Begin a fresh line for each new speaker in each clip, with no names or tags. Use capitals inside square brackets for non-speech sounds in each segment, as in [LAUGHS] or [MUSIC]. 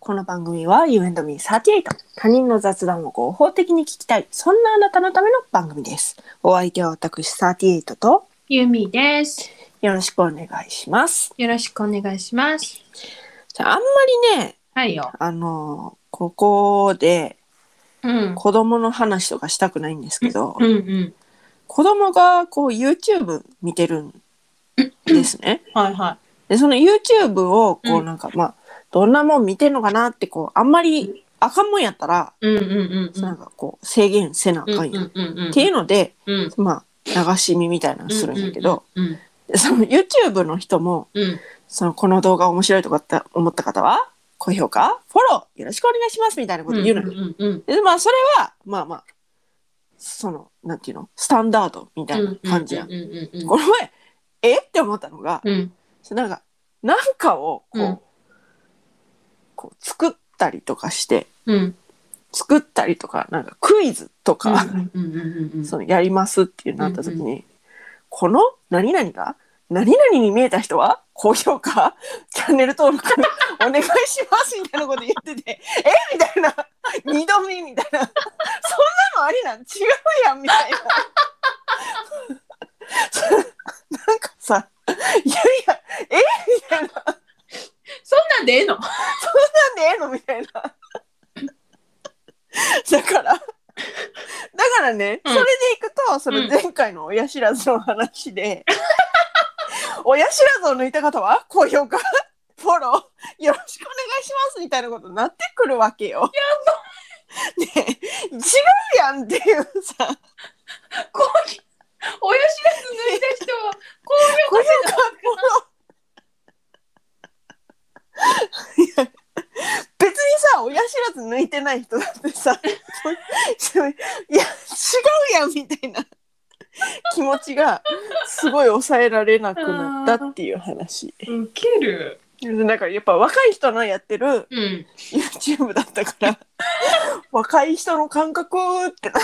この番組は You and me38 他人の雑談を合法的に聞きたいそんなあなたのための番組ですお相手は私38と
ゆみです。
よろしくお願いします
よろしくお願いします。
じゃああんまりね
はいよ。
あのここで
うん。
子供の話とかしたくないんですけど
うんうん。
子供がこう YouTube 見てるんですね
はいは
でその YouTube をこ
う
うんなんか、まあどんなもん見てんのかなってこうあんまりあかんもんやったら、
い。うんうんうんうん。
なんかこう制限せなあ
うん
かん
う
やん、
んうんうん。
っていうので、
うん。
まあ流し見みたいなのするんだけど、
うん
でその YouTube の人も
うん。
そのこの動画面白いとかって思った方は高評価フォローよろしくお願いしますみたいなこと言うのよ、
うんうん
でまあそれはまあまあそのなんていうのスタンダードみたいな感じやん、
うんうんうん
この前えって思ったのが、
うん。
なんかなんかをこう,、
うん
こう作ったりとかして
うん。
作ったりとかなんかクイズとか、
うんうんうんうん。
そのやりますっていうなった時に、この何々が何々に見えた人は高評価 [LAUGHS] チャンネル登録 [LAUGHS] お願いしますみたいなこと言って [LAUGHS] てえみたいな二度見みたいなそん [LAUGHS] なのありなん違うやんみたいな [LAUGHS] なんかさいやいやえみたいな
そんなんでええの [LAUGHS]
なんでええのみたいな。だから、だからね、
うん
それでいくと、その前回の親知らずの話で、 [LAUGHS] 親知らずを抜いた方は高評価、フォロー、よろしくお願いしますみたいなことになってくるわけよ。ねえ違うやんっていうさ、
こういう親知らず抜いた人は、こ
高
うい
評
う
価、フォロー。いや別にさ、親知らず抜いてない人だってさ、 [LAUGHS] そいや、違うやんみたいな気持ちがすごい抑えられなくなったっていう話。
ウケる。
なんかやっぱ若い人のやってる
うん。
YouTube だったから、若い人の感覚ってなっ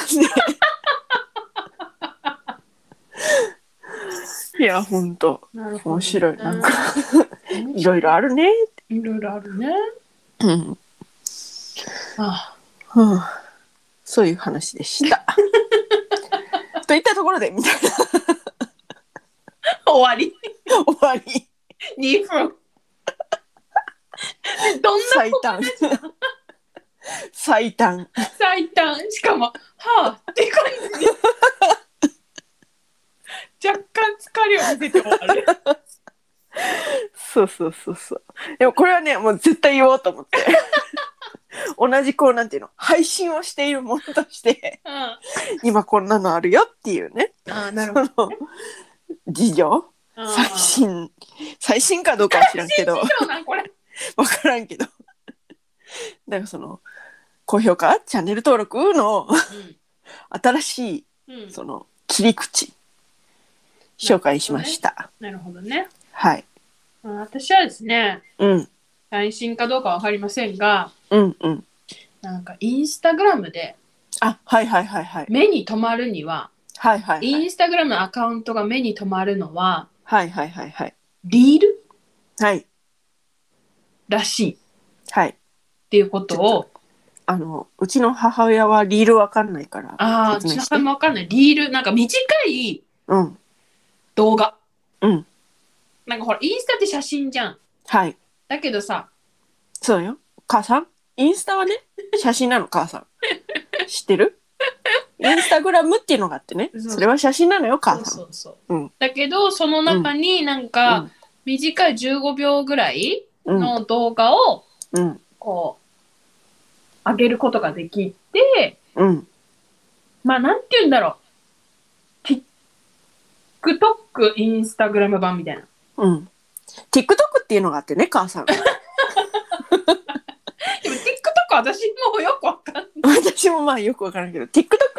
て。いや、ほんと、
なるほど。
面白い。なんか、
うん。
いろいろあるね。
いろいろあるね。
うん
あ
はあそういう話で
[LAUGHS]
した。といったところで、みたい
終わり。
な終わり、
2分。
[LAUGHS]
どんな
最短。最短。
最短しかも「はあ」って感じで [LAUGHS] 若干疲れを見せて終わる
そうそうそうそう。でもこれはね、もう絶対言おうと思
[LAUGHS]
って。同じこう、なんていうの、配信をしているものとして、
うんあ
今こんなのあるよっていうね、
あなる
その、事情、
ど
最新、最新かどうかは知らんけど。
そうなんこれ
[LAUGHS] 分からんけどだからその高評価チャンネル登録の [LAUGHS] 新しい
うん、うん、
その切り口紹介しました、
なるほどね
はい、
あ私はですね
うん、
最新かどうかわかりませんが
うんうん
なんかインスタグラムで
あはいはいはいはい
目に留まるには
はいはい
イ
はい
ンスタグラムのアカウントが目に留まるのは
はいはいはいはい
リール
はい
らしいっ
はい
ていうこと
ちょっ
を
あのうちの母親はリールわかんないから
ああ
説明
ちょっ
して
ともわかんないリールなんか短い
うん
動画
うん
なんかほらインスタって写真じゃん
はい
だけどさ
そうよ母さんインスタはね写真なの母さん
[LAUGHS]
知ってるインスタグラムっていうのがあってね
そう
それは写真なのよ母さん
そうそうそう、
うん
だけどその中になんか短い15秒ぐらい
うんうん
の動画を
うん
こう上げることができて
うん。
まあなんて言うんだろう TikTok インスタグラム版みたいな
うん。TikTok っていうのがあってね、母
[LAUGHS]
さん。
でも TikTok 私もうよくわかんない
私もまあよくわからんけど、TikTok っ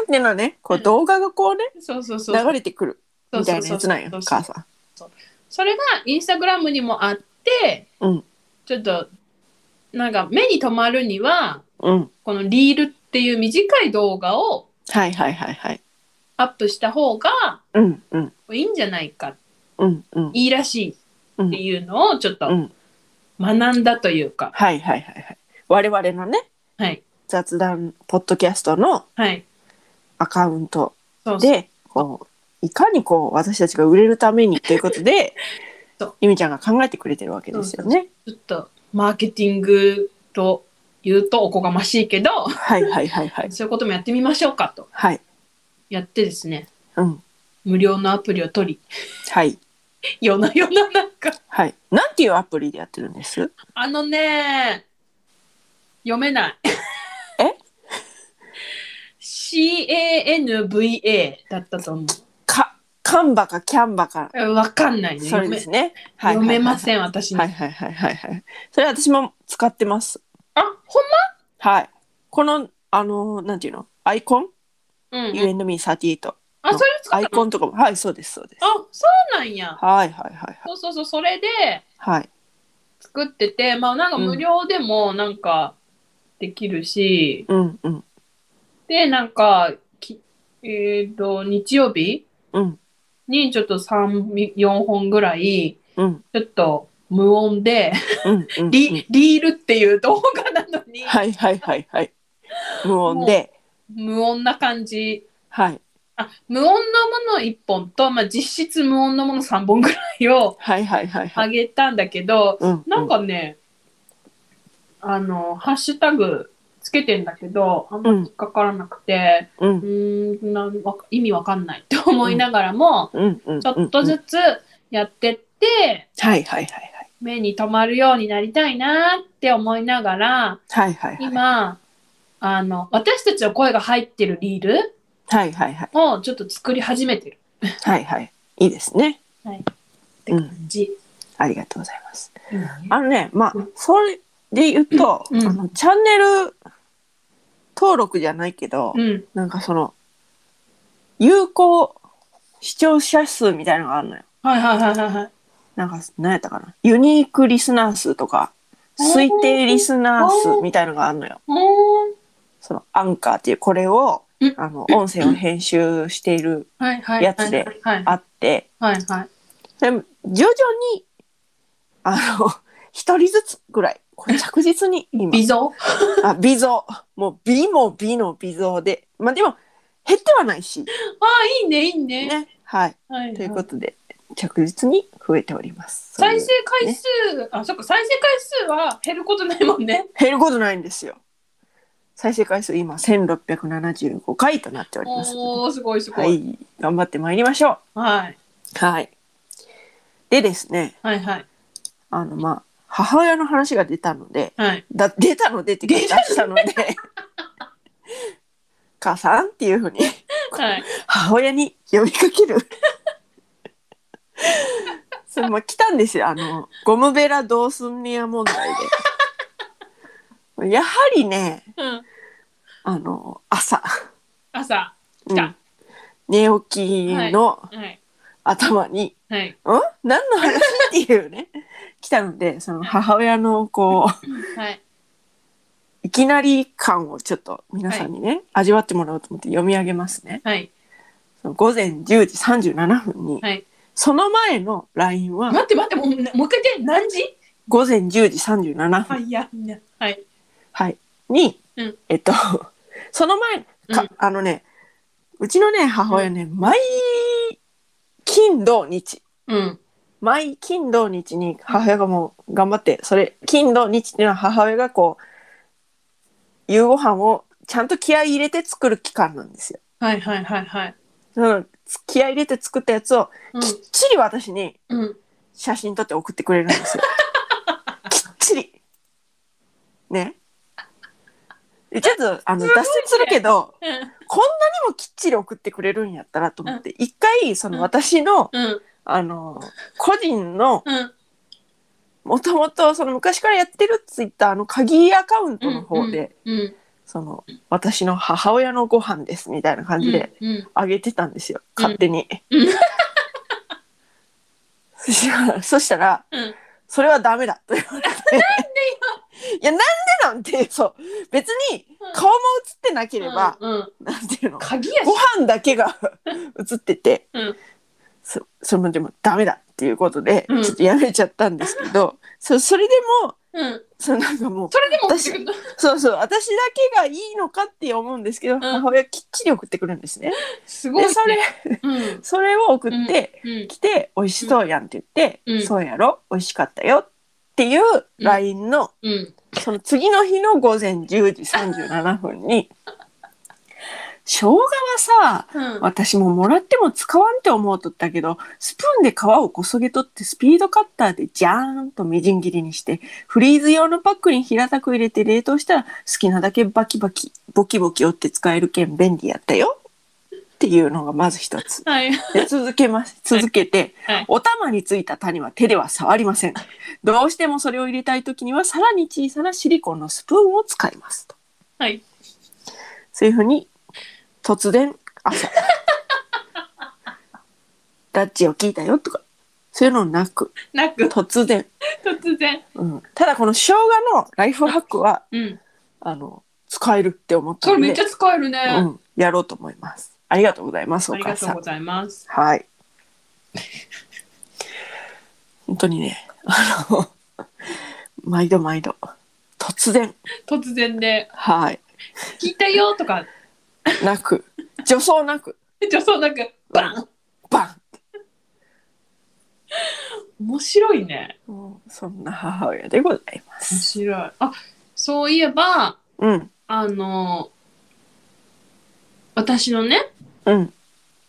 ていうのはね、こう
うん
動画がこうね、
そうそうそう
流れてくる
そう
み
そ
た
う
いなやつなんや、
そうそう
母さ
それがインスタグラムにもあって、
うん
ちょっとなんか目に留まるには
ん。うん。
このリールっていう短い動画を
はいはいはいはい。
アップした方が
うんうん
いいんじゃないか
うんうん。
いいらしいっていうのをちょっと
うん
学んだというか、
はいはいはいはい。我々のね
はい。
雑談ポッドキャストの
はい。
アカウント
そうそう。
でこういかにこう私たちが売れるためにということで
[LAUGHS] そう
ゆみちゃんが考えてくれてるわけですよね。
ちょっと、マーケティングと言うとおこがましいけど、
はいはいはいはい。
そういうこともやってみましょうかと。
はい。
やってですね、
うん。
無料のアプリを取
はい。
り、夜な夜ななんか、
はい。なんていうアプリでやってるんです
あのね、読めない。
え
?CANVA だったと思う
か、カンバかキャンバか。
え。わかんないね。
それ
読
で
め
すね。はい
読めませ
ん。
ん、私に。
はいはいはいはいはい。それ私も使ってます。
あ、ほん
はい。この、あの、なんていうのアイコン、
まうん
?You and me38。
あ、それ作
ア
っ
イ
たの
コンとかも。はい、そうですそうです。
あ、そうなんや。
はいはいはいはい。
そうそうそう、それで
はい。
作ってて、まあなんか無料でもなんかできるし、
うんうん。
で、なんか、きえっ、と、日曜日
うん
にちょっと3、4本ぐらい、
うん
ちょっと無音で、
うんうん。
リリールっていう動画なのに、
はいはいはいはい。無音で。
無音な感じ。
はい。
あ、無音のもの1本と、まあ、実質無音のもの3本ぐらいを
はいはいはいは
あ
い。
げたんだけど、
うん
なんかね、あの、ハッシュタグつけてんだけど、あんま引っかからなくて、
うん
うーん、なんわ意味わかんないって思いながらも、
うんうんうんうん。
ちょっとずつやってって、
はいはいはいはい。
目に留まるようになりたいなって思いながら、
はいはいはい。
今、あの、私たちの声が入ってるリール
はいはいはい。
をちょっと作り始めてる
はいはい。いいですね。
って感じ。
ありがとうございます。
うん
あのね、まあ
うん、
それで言うと、
うん
あのチャンネル登録じゃないけど、
うん。
なんかその、有効視聴者数みたいなのがあるのよ。
はいはいはいはいはい。
なんか、何やったかな。ユニークリスナー数とか、推定リスナー数みたいなのがあるのよ。
ほーん
その、アンカーっていう、これを
うん、
あの、音声を編集している
はいはいはい。
やつで
はい
あって、
はいはい。
でも徐々にあの一人ずつぐらいこれ着実に今
微増
あ微増もう美も美の微増でまあでも減ってはないし
ああ、いいね、いいね。
ねはい
はいはい
ということで着実に増えております
再生回数、あ、そっか、再生回数は減ることないもんね。
減ることないんですよ再生回数今1675回となっております
おー、すごいすご。
はいい頑張ってまいりましょ
はい。
うはいでですね
はいはい。
あのまあ母親の話が出たので
はい。
だ出たのでって出したので [LAUGHS] 母さんっていうふうに
はい。
母親に呼びかけるそれも来たんですよあのゴムベラどうすんねや問題でやはりね
うん。
あの朝、
朝。
う
来た
ん寝起きの
はい。
頭に
は
「
い。
ん何の話?」っていうね来たのでその母親のこう
はい。
いきなり感をちょっと皆さんにね、味わってもらおうと思って読み上げますね。
はい。
その午前10時37分に、
はい
その前の LINE は
待って待って、もう、もう一回言って、何時
午前10時37
は
分
い、いや、いや。はい。
に、
うん
えっと、 [LAUGHS] その前、か
うん
あのね、うちのね、母親ね、毎金土日、
うん。
毎金土日に母親がもう頑張って、それ、金土日っていうのは母親がこう、夕ご飯をちゃんと気合い入れて作る期間なんですよ。
はいはいはいはい。
その気合い入れて作ったやつを
うん
きっちり私に
うん。
写真撮って送ってくれるんです
[LAUGHS]
よ。きっちり。ね。ちょっとあの
すごい
脱線
ね
するけど、
う
こ
ん
んなにもきっちり送ってくれるんやったらと思って、一回その
うん
私の、
うん。
あの個人の
うん。
もともとその昔からやってるツイッターの鍵アカウントの方で、
うん。
その私の母親のご飯ですみたいな感じで、
うん。
あげてたんですよ
うん
勝手に、
うん
そしたら [LAUGHS] そしたら
うん。
それはダメだと言われて [LAUGHS] いやなんでなんてそう別に
うん
顔も映ってなければ、
うん。
なんていうの
鍵やし
ご。飯だけが [LAUGHS] 映ってて、
うん
そそれもでもダメだっていうことで、
うん
ちょっとやめちゃったんですけどそそれでも
うん。
そうなんかもう
それでも
私そうそう私だけがいいのかって思うんですけど、母親きっちり送ってくるんですね。
すごい、
で
ね。
それ
うん。
それを送って
うん。
きて「美味しそうやん」って言って「
うん
そうやろ美味しかったよ」っていう LINE の
うん。
その次の日の午前10時37分に生姜はさ [LAUGHS]
うん。
私ももらっても使わんって思うとったけどスプーンで皮をこそげ取ってスピードカッターでジャーンとみじん切りにしてフリーズ用のパックに平たく入れて冷凍したら好きなだけバキバキボキボキ折って使えるけん便利やったよっていうのがまず一つ。
はい。
で続けます続けて、
はい
お玉についた種は手では触りませんどうしてもそれを入れたい時にはさらに小さなシリコンのスプーンを使いますと
はい。
そういうふうに突然
[LAUGHS]
朝ダッチを聞いたよとかそういうのなく
なく、
突然、
突然。
うん、ただこの生姜のライフハックは
うん。
あの使えるって思っ
そ
た
れ
の
めっ
で
ちゃ使えるね。
うん、やろうと思いますありがとうございますお
あり
母
がと
さ
うんございます。
はい。 [LAUGHS] 本当にね、あの、 [LAUGHS] 毎度毎度、突然、
突然で、
はい、
聞いたよとか、
なく、 [LAUGHS] 助走なく、
女装なんか、バン
バ
面白いね。
ンもうそんな母親でございま
面
す。
白い。あ、そういえば、
うん、
あの、私のね、
うん、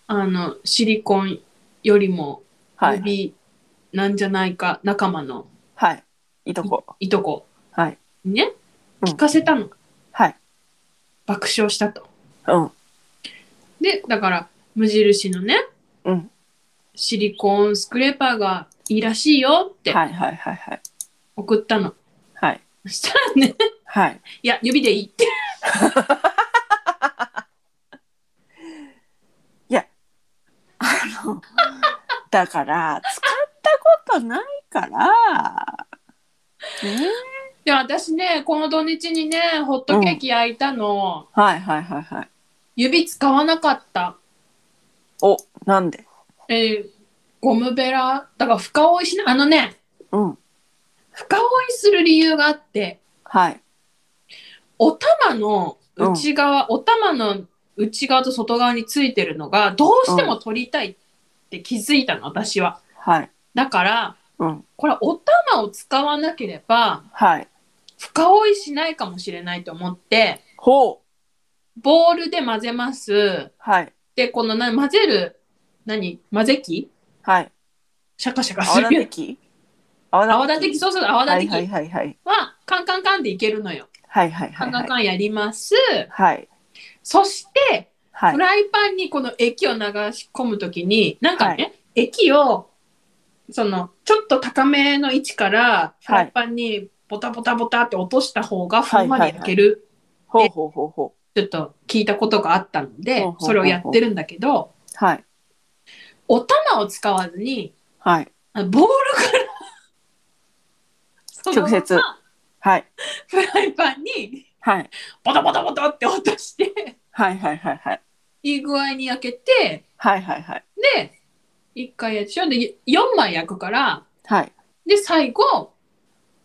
あの、シリコンよりも、
は
指
い、
なんじゃないか仲間の
はい、いとこ、
いとこ
はい、
にね、
うん
聞かせたの。
はい、
爆笑したと。
うん、
で、だから、無印のね、
うん、
シリコンスクレーパーがいいらしいよって
はい、はい、はい、はい、
送ったの。
はい、
そしたらね、
はい、
[LAUGHS] いや、指でいいって。
あの、だから、使ったことないから、ね、
で、私ね、この土日にね、ホットケーキ焼いたの、
はい、はい、はい、はい、
指使わなかった。
お、なんで、
えーゴムベラ、だから深追いしない。あのね、
うん、
深追いする理由があって、
はい、
お玉の内側、お玉の内側と外側についてるのがどうしても取りたいって気づいたの、私は。
はい、
だから、
うん、
これお玉を使わなければ
はい。
深追いしないかもしれないと思って、
ほう。
ボールで混ぜます。
はい。
で、このな混ぜる、何混ぜ器
はい。
シャカシャカ
泡
す
立て
る。
器泡
泡立
て
て器、
器
そうそう、泡立て器は、
はいはいはい
カンカンカンでいけるのよ。
はい。はい
カ
はい
ンカン
はい。
カンやります。
はい。
そして、
はい
フ。ライパンにこの液を流し込むときに、なんかね、
は
液を、その、ちょっと高めの位置から、フライパンにボタボタボタって落とした方が、ふんわり焼ける、
ほうほうほうほう。
ちょっと聞いたことがあったの
ほ
で
うほうほうほ、う
それをやってるんだけど、
はい。
お玉を使わずに、
はい。
あボールから、そのまま
直接はい。
フライパンに、
はい。
ボタボタボタって落として、
はいはいはいはい。
いい具合に焼けて、
はいはいはい。
で、1回焼いてしょ、で、4枚焼くから、
はい。
で、最後、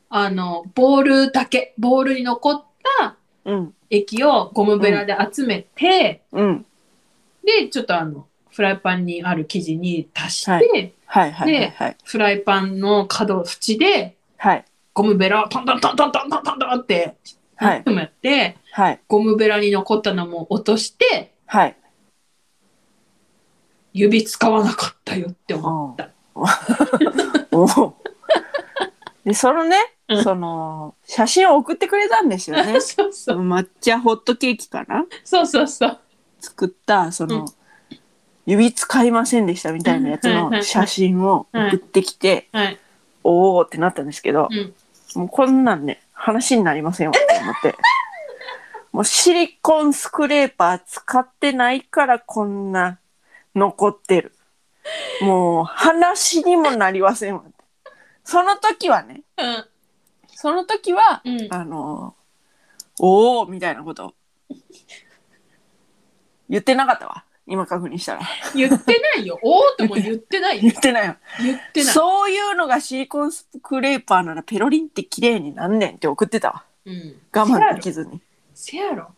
あの、ボールだけ、ボールに残った
うん。
液をゴムベラで集めて、
うん。
で、ちょっとあの、フライパンにある生地に足して、
ははいはいはいはい。
フライパンの角、縁で、
はい。
ゴムベラをトントントントントントントントンって、
はい。
やって、
はい。
ゴムベラに残ったのも落として、
はい。
指使わなかったよって思った。
おお。で、そのね
うん、
その、写真を送ってくれたんですよね。
[LAUGHS] そうそう。
抹茶ホットケーキかな
そうそうそう。
作ったその、
うん
指使いませんでしたみたいなやつ
うんはいはいは
の
い
写真を送ってきて、
はい。
おおってなったんですけど
う、ん。
もうこんなんね話になりませんわって思って。もうシリコンスクレーパー使ってないからこんな残ってる。もう話にもなりませんわって。その時はね、
うん。
その時は、
うん。
あのおおみたいなこと言ってなかったわ。今確認したら
言ってないよ。おーっとも言ってない
言
よ
っ。てないよ
言ってない。
そういうのがシリコンスクレーパーならペロリンって綺麗になんねんって送ってたわ
うん。
我慢できずに
せやろ。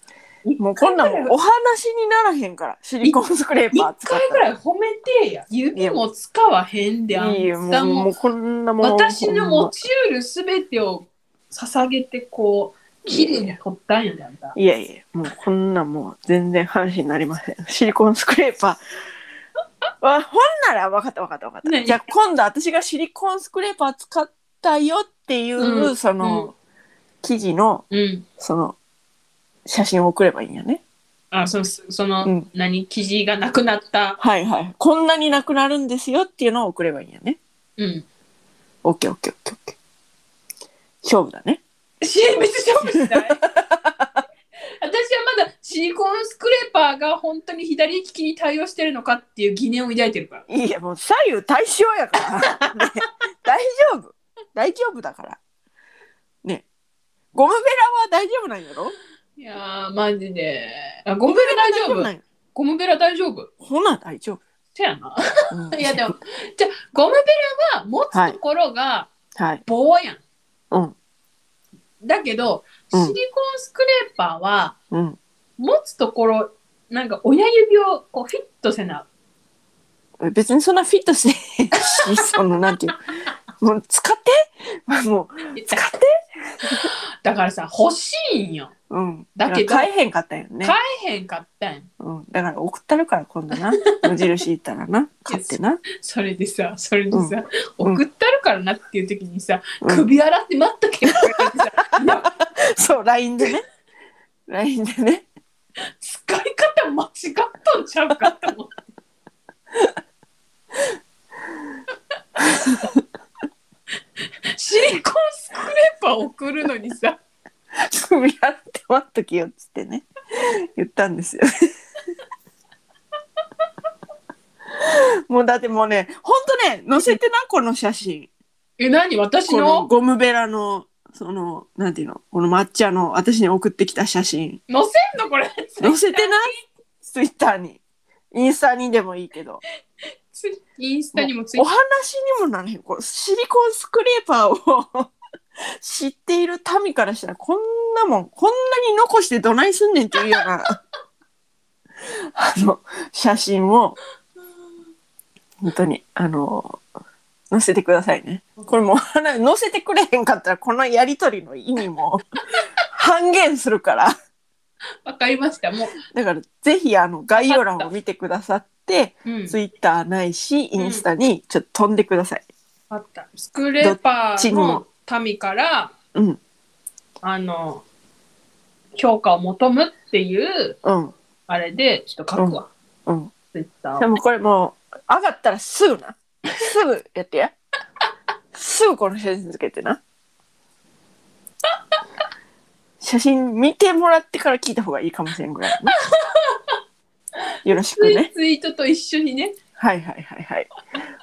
もうこんなんもう
一
お話にならへんからシリコンスクレーパー
一
使っ
回ぐ
たら
らい褒めてや。指も使わへんで、あ
いいよ
んた
もうも
も
う。こんなもん
私の
ほん
持
ま
ちうるすべてを捧げて、こう、綺麗に取ったんやで、あんた。
いやいやもうこんなもう全然話になりませんシリコンスクレーパ
[LAUGHS]
ーわほんなら分かった分かった分かった、
何
じゃあ今度私がシリコンスクレーパー使ったよっていう、
うん
その、
うん
記事の
うん。
その写真を送ればいいんやね
あ、その、その、
うん
何、生地がなくなった。
はいはいこんなになくなるんですよっていうのを送ればいいんやね
うん。
オッケーオッケーオッケーオッケー勝負だね
し別に勝負 [LAUGHS] しない私はまだシリコンスクレーパーが本当に左利きに対応してるのかっていう疑念を抱いてるから。
いいやもう左右対称やから、ね、大丈夫大丈夫だからねゴムベラは大丈夫なんやろ
いやー、マジで。あゴムベラ大
な
丈
ん
夫。
や
ゴムベラ大丈夫。
ほな大丈
せやな。
夫、うん
[LAUGHS] いやでも、じゃあゴムベラは持つところが
はい
棒やん。
うん
だけど、シ
う
リ
ん
コンスクレーパーは
うん
持つところ、なんか親指をこうフィットせな。
別にそんなフィットしてへんしそのなんていうもう使っても
だだからさ、欲しいんよ。
ううん
だけど
から買えへんかったんよね
買えへんかったんよ
うん、だから送ったるから今度
[LAUGHS]
な無印行ったらな買ってな、
それでさ、それでさ、
うん
送ったるからなっていう時にさ、
うん
首洗って待っとけよって言われて
[LAUGHS]
さ、いや、
そう LINE でね LINE でね
使い方間違ったんちゃうかと思って。シリコンスクレーパー送るのにさ、
首洗って待っときよっつってね言ったんですよもうだってもうねほんとね載せてなこの写真
え、何私
この
の
ゴムベラのそのなんていうのこの抹茶の私に送ってきた写真
載せんのこれ。
載せてなツイッターにインスタにでもいいけど
ツイインスタにもつ
[LAUGHS]
い
お話にもならへんこれシリコンスクレーパーを [LAUGHS] 知っている民からしたらこんなもんこんなに残してどないすんねんっていうようなあの写真を本当にあの載せてくださいねこれもう [LAUGHS] あの載せてくれへんかったらこのやり取りの意味も [LAUGHS] 半減するから
わかりました。も
だからぜひあの概要欄を見てくださって
う、うん、
ツイッターないしインスタにちょっと飛んでください。
あった。スクレーパーの民から、
うん
あの、評価を求むっていう、
うん
あれで、ちょっと書くわ。
うん。
ツイッタ
で
ー。
もこれもう、上がったらすぐな。すぐやってや。すぐこの写真つけてな。写真見てもらってから聞いた方がいいかもしれんぐらいね、よろしく
ツイ
ね。
ツイートと一緒にね、
はいはいはいはい。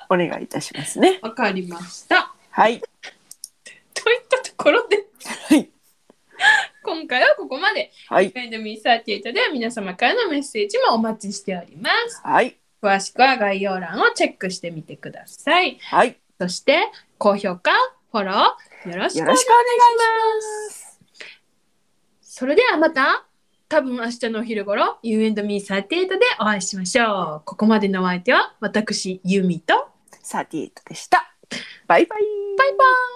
お願いいたしますね。
わかりました。
はい。
といったところで、
はい。
今回はここまで。
はい。
フェンドミーサーティエイトでは皆様からのメッセージもお待ちしております。
はい。
詳しくは概要欄をチェックしてみてください。
はい。
そして、高評価、フォロー、よろしくお
よ
願
ろ
い
し
し
くお願いします。
ます。それではまた、多分明日のお昼頃、You and me38 でお会いしましょう。ここまでのお相手は、私、ユミと、
38でした。バイバイ。
バイバイ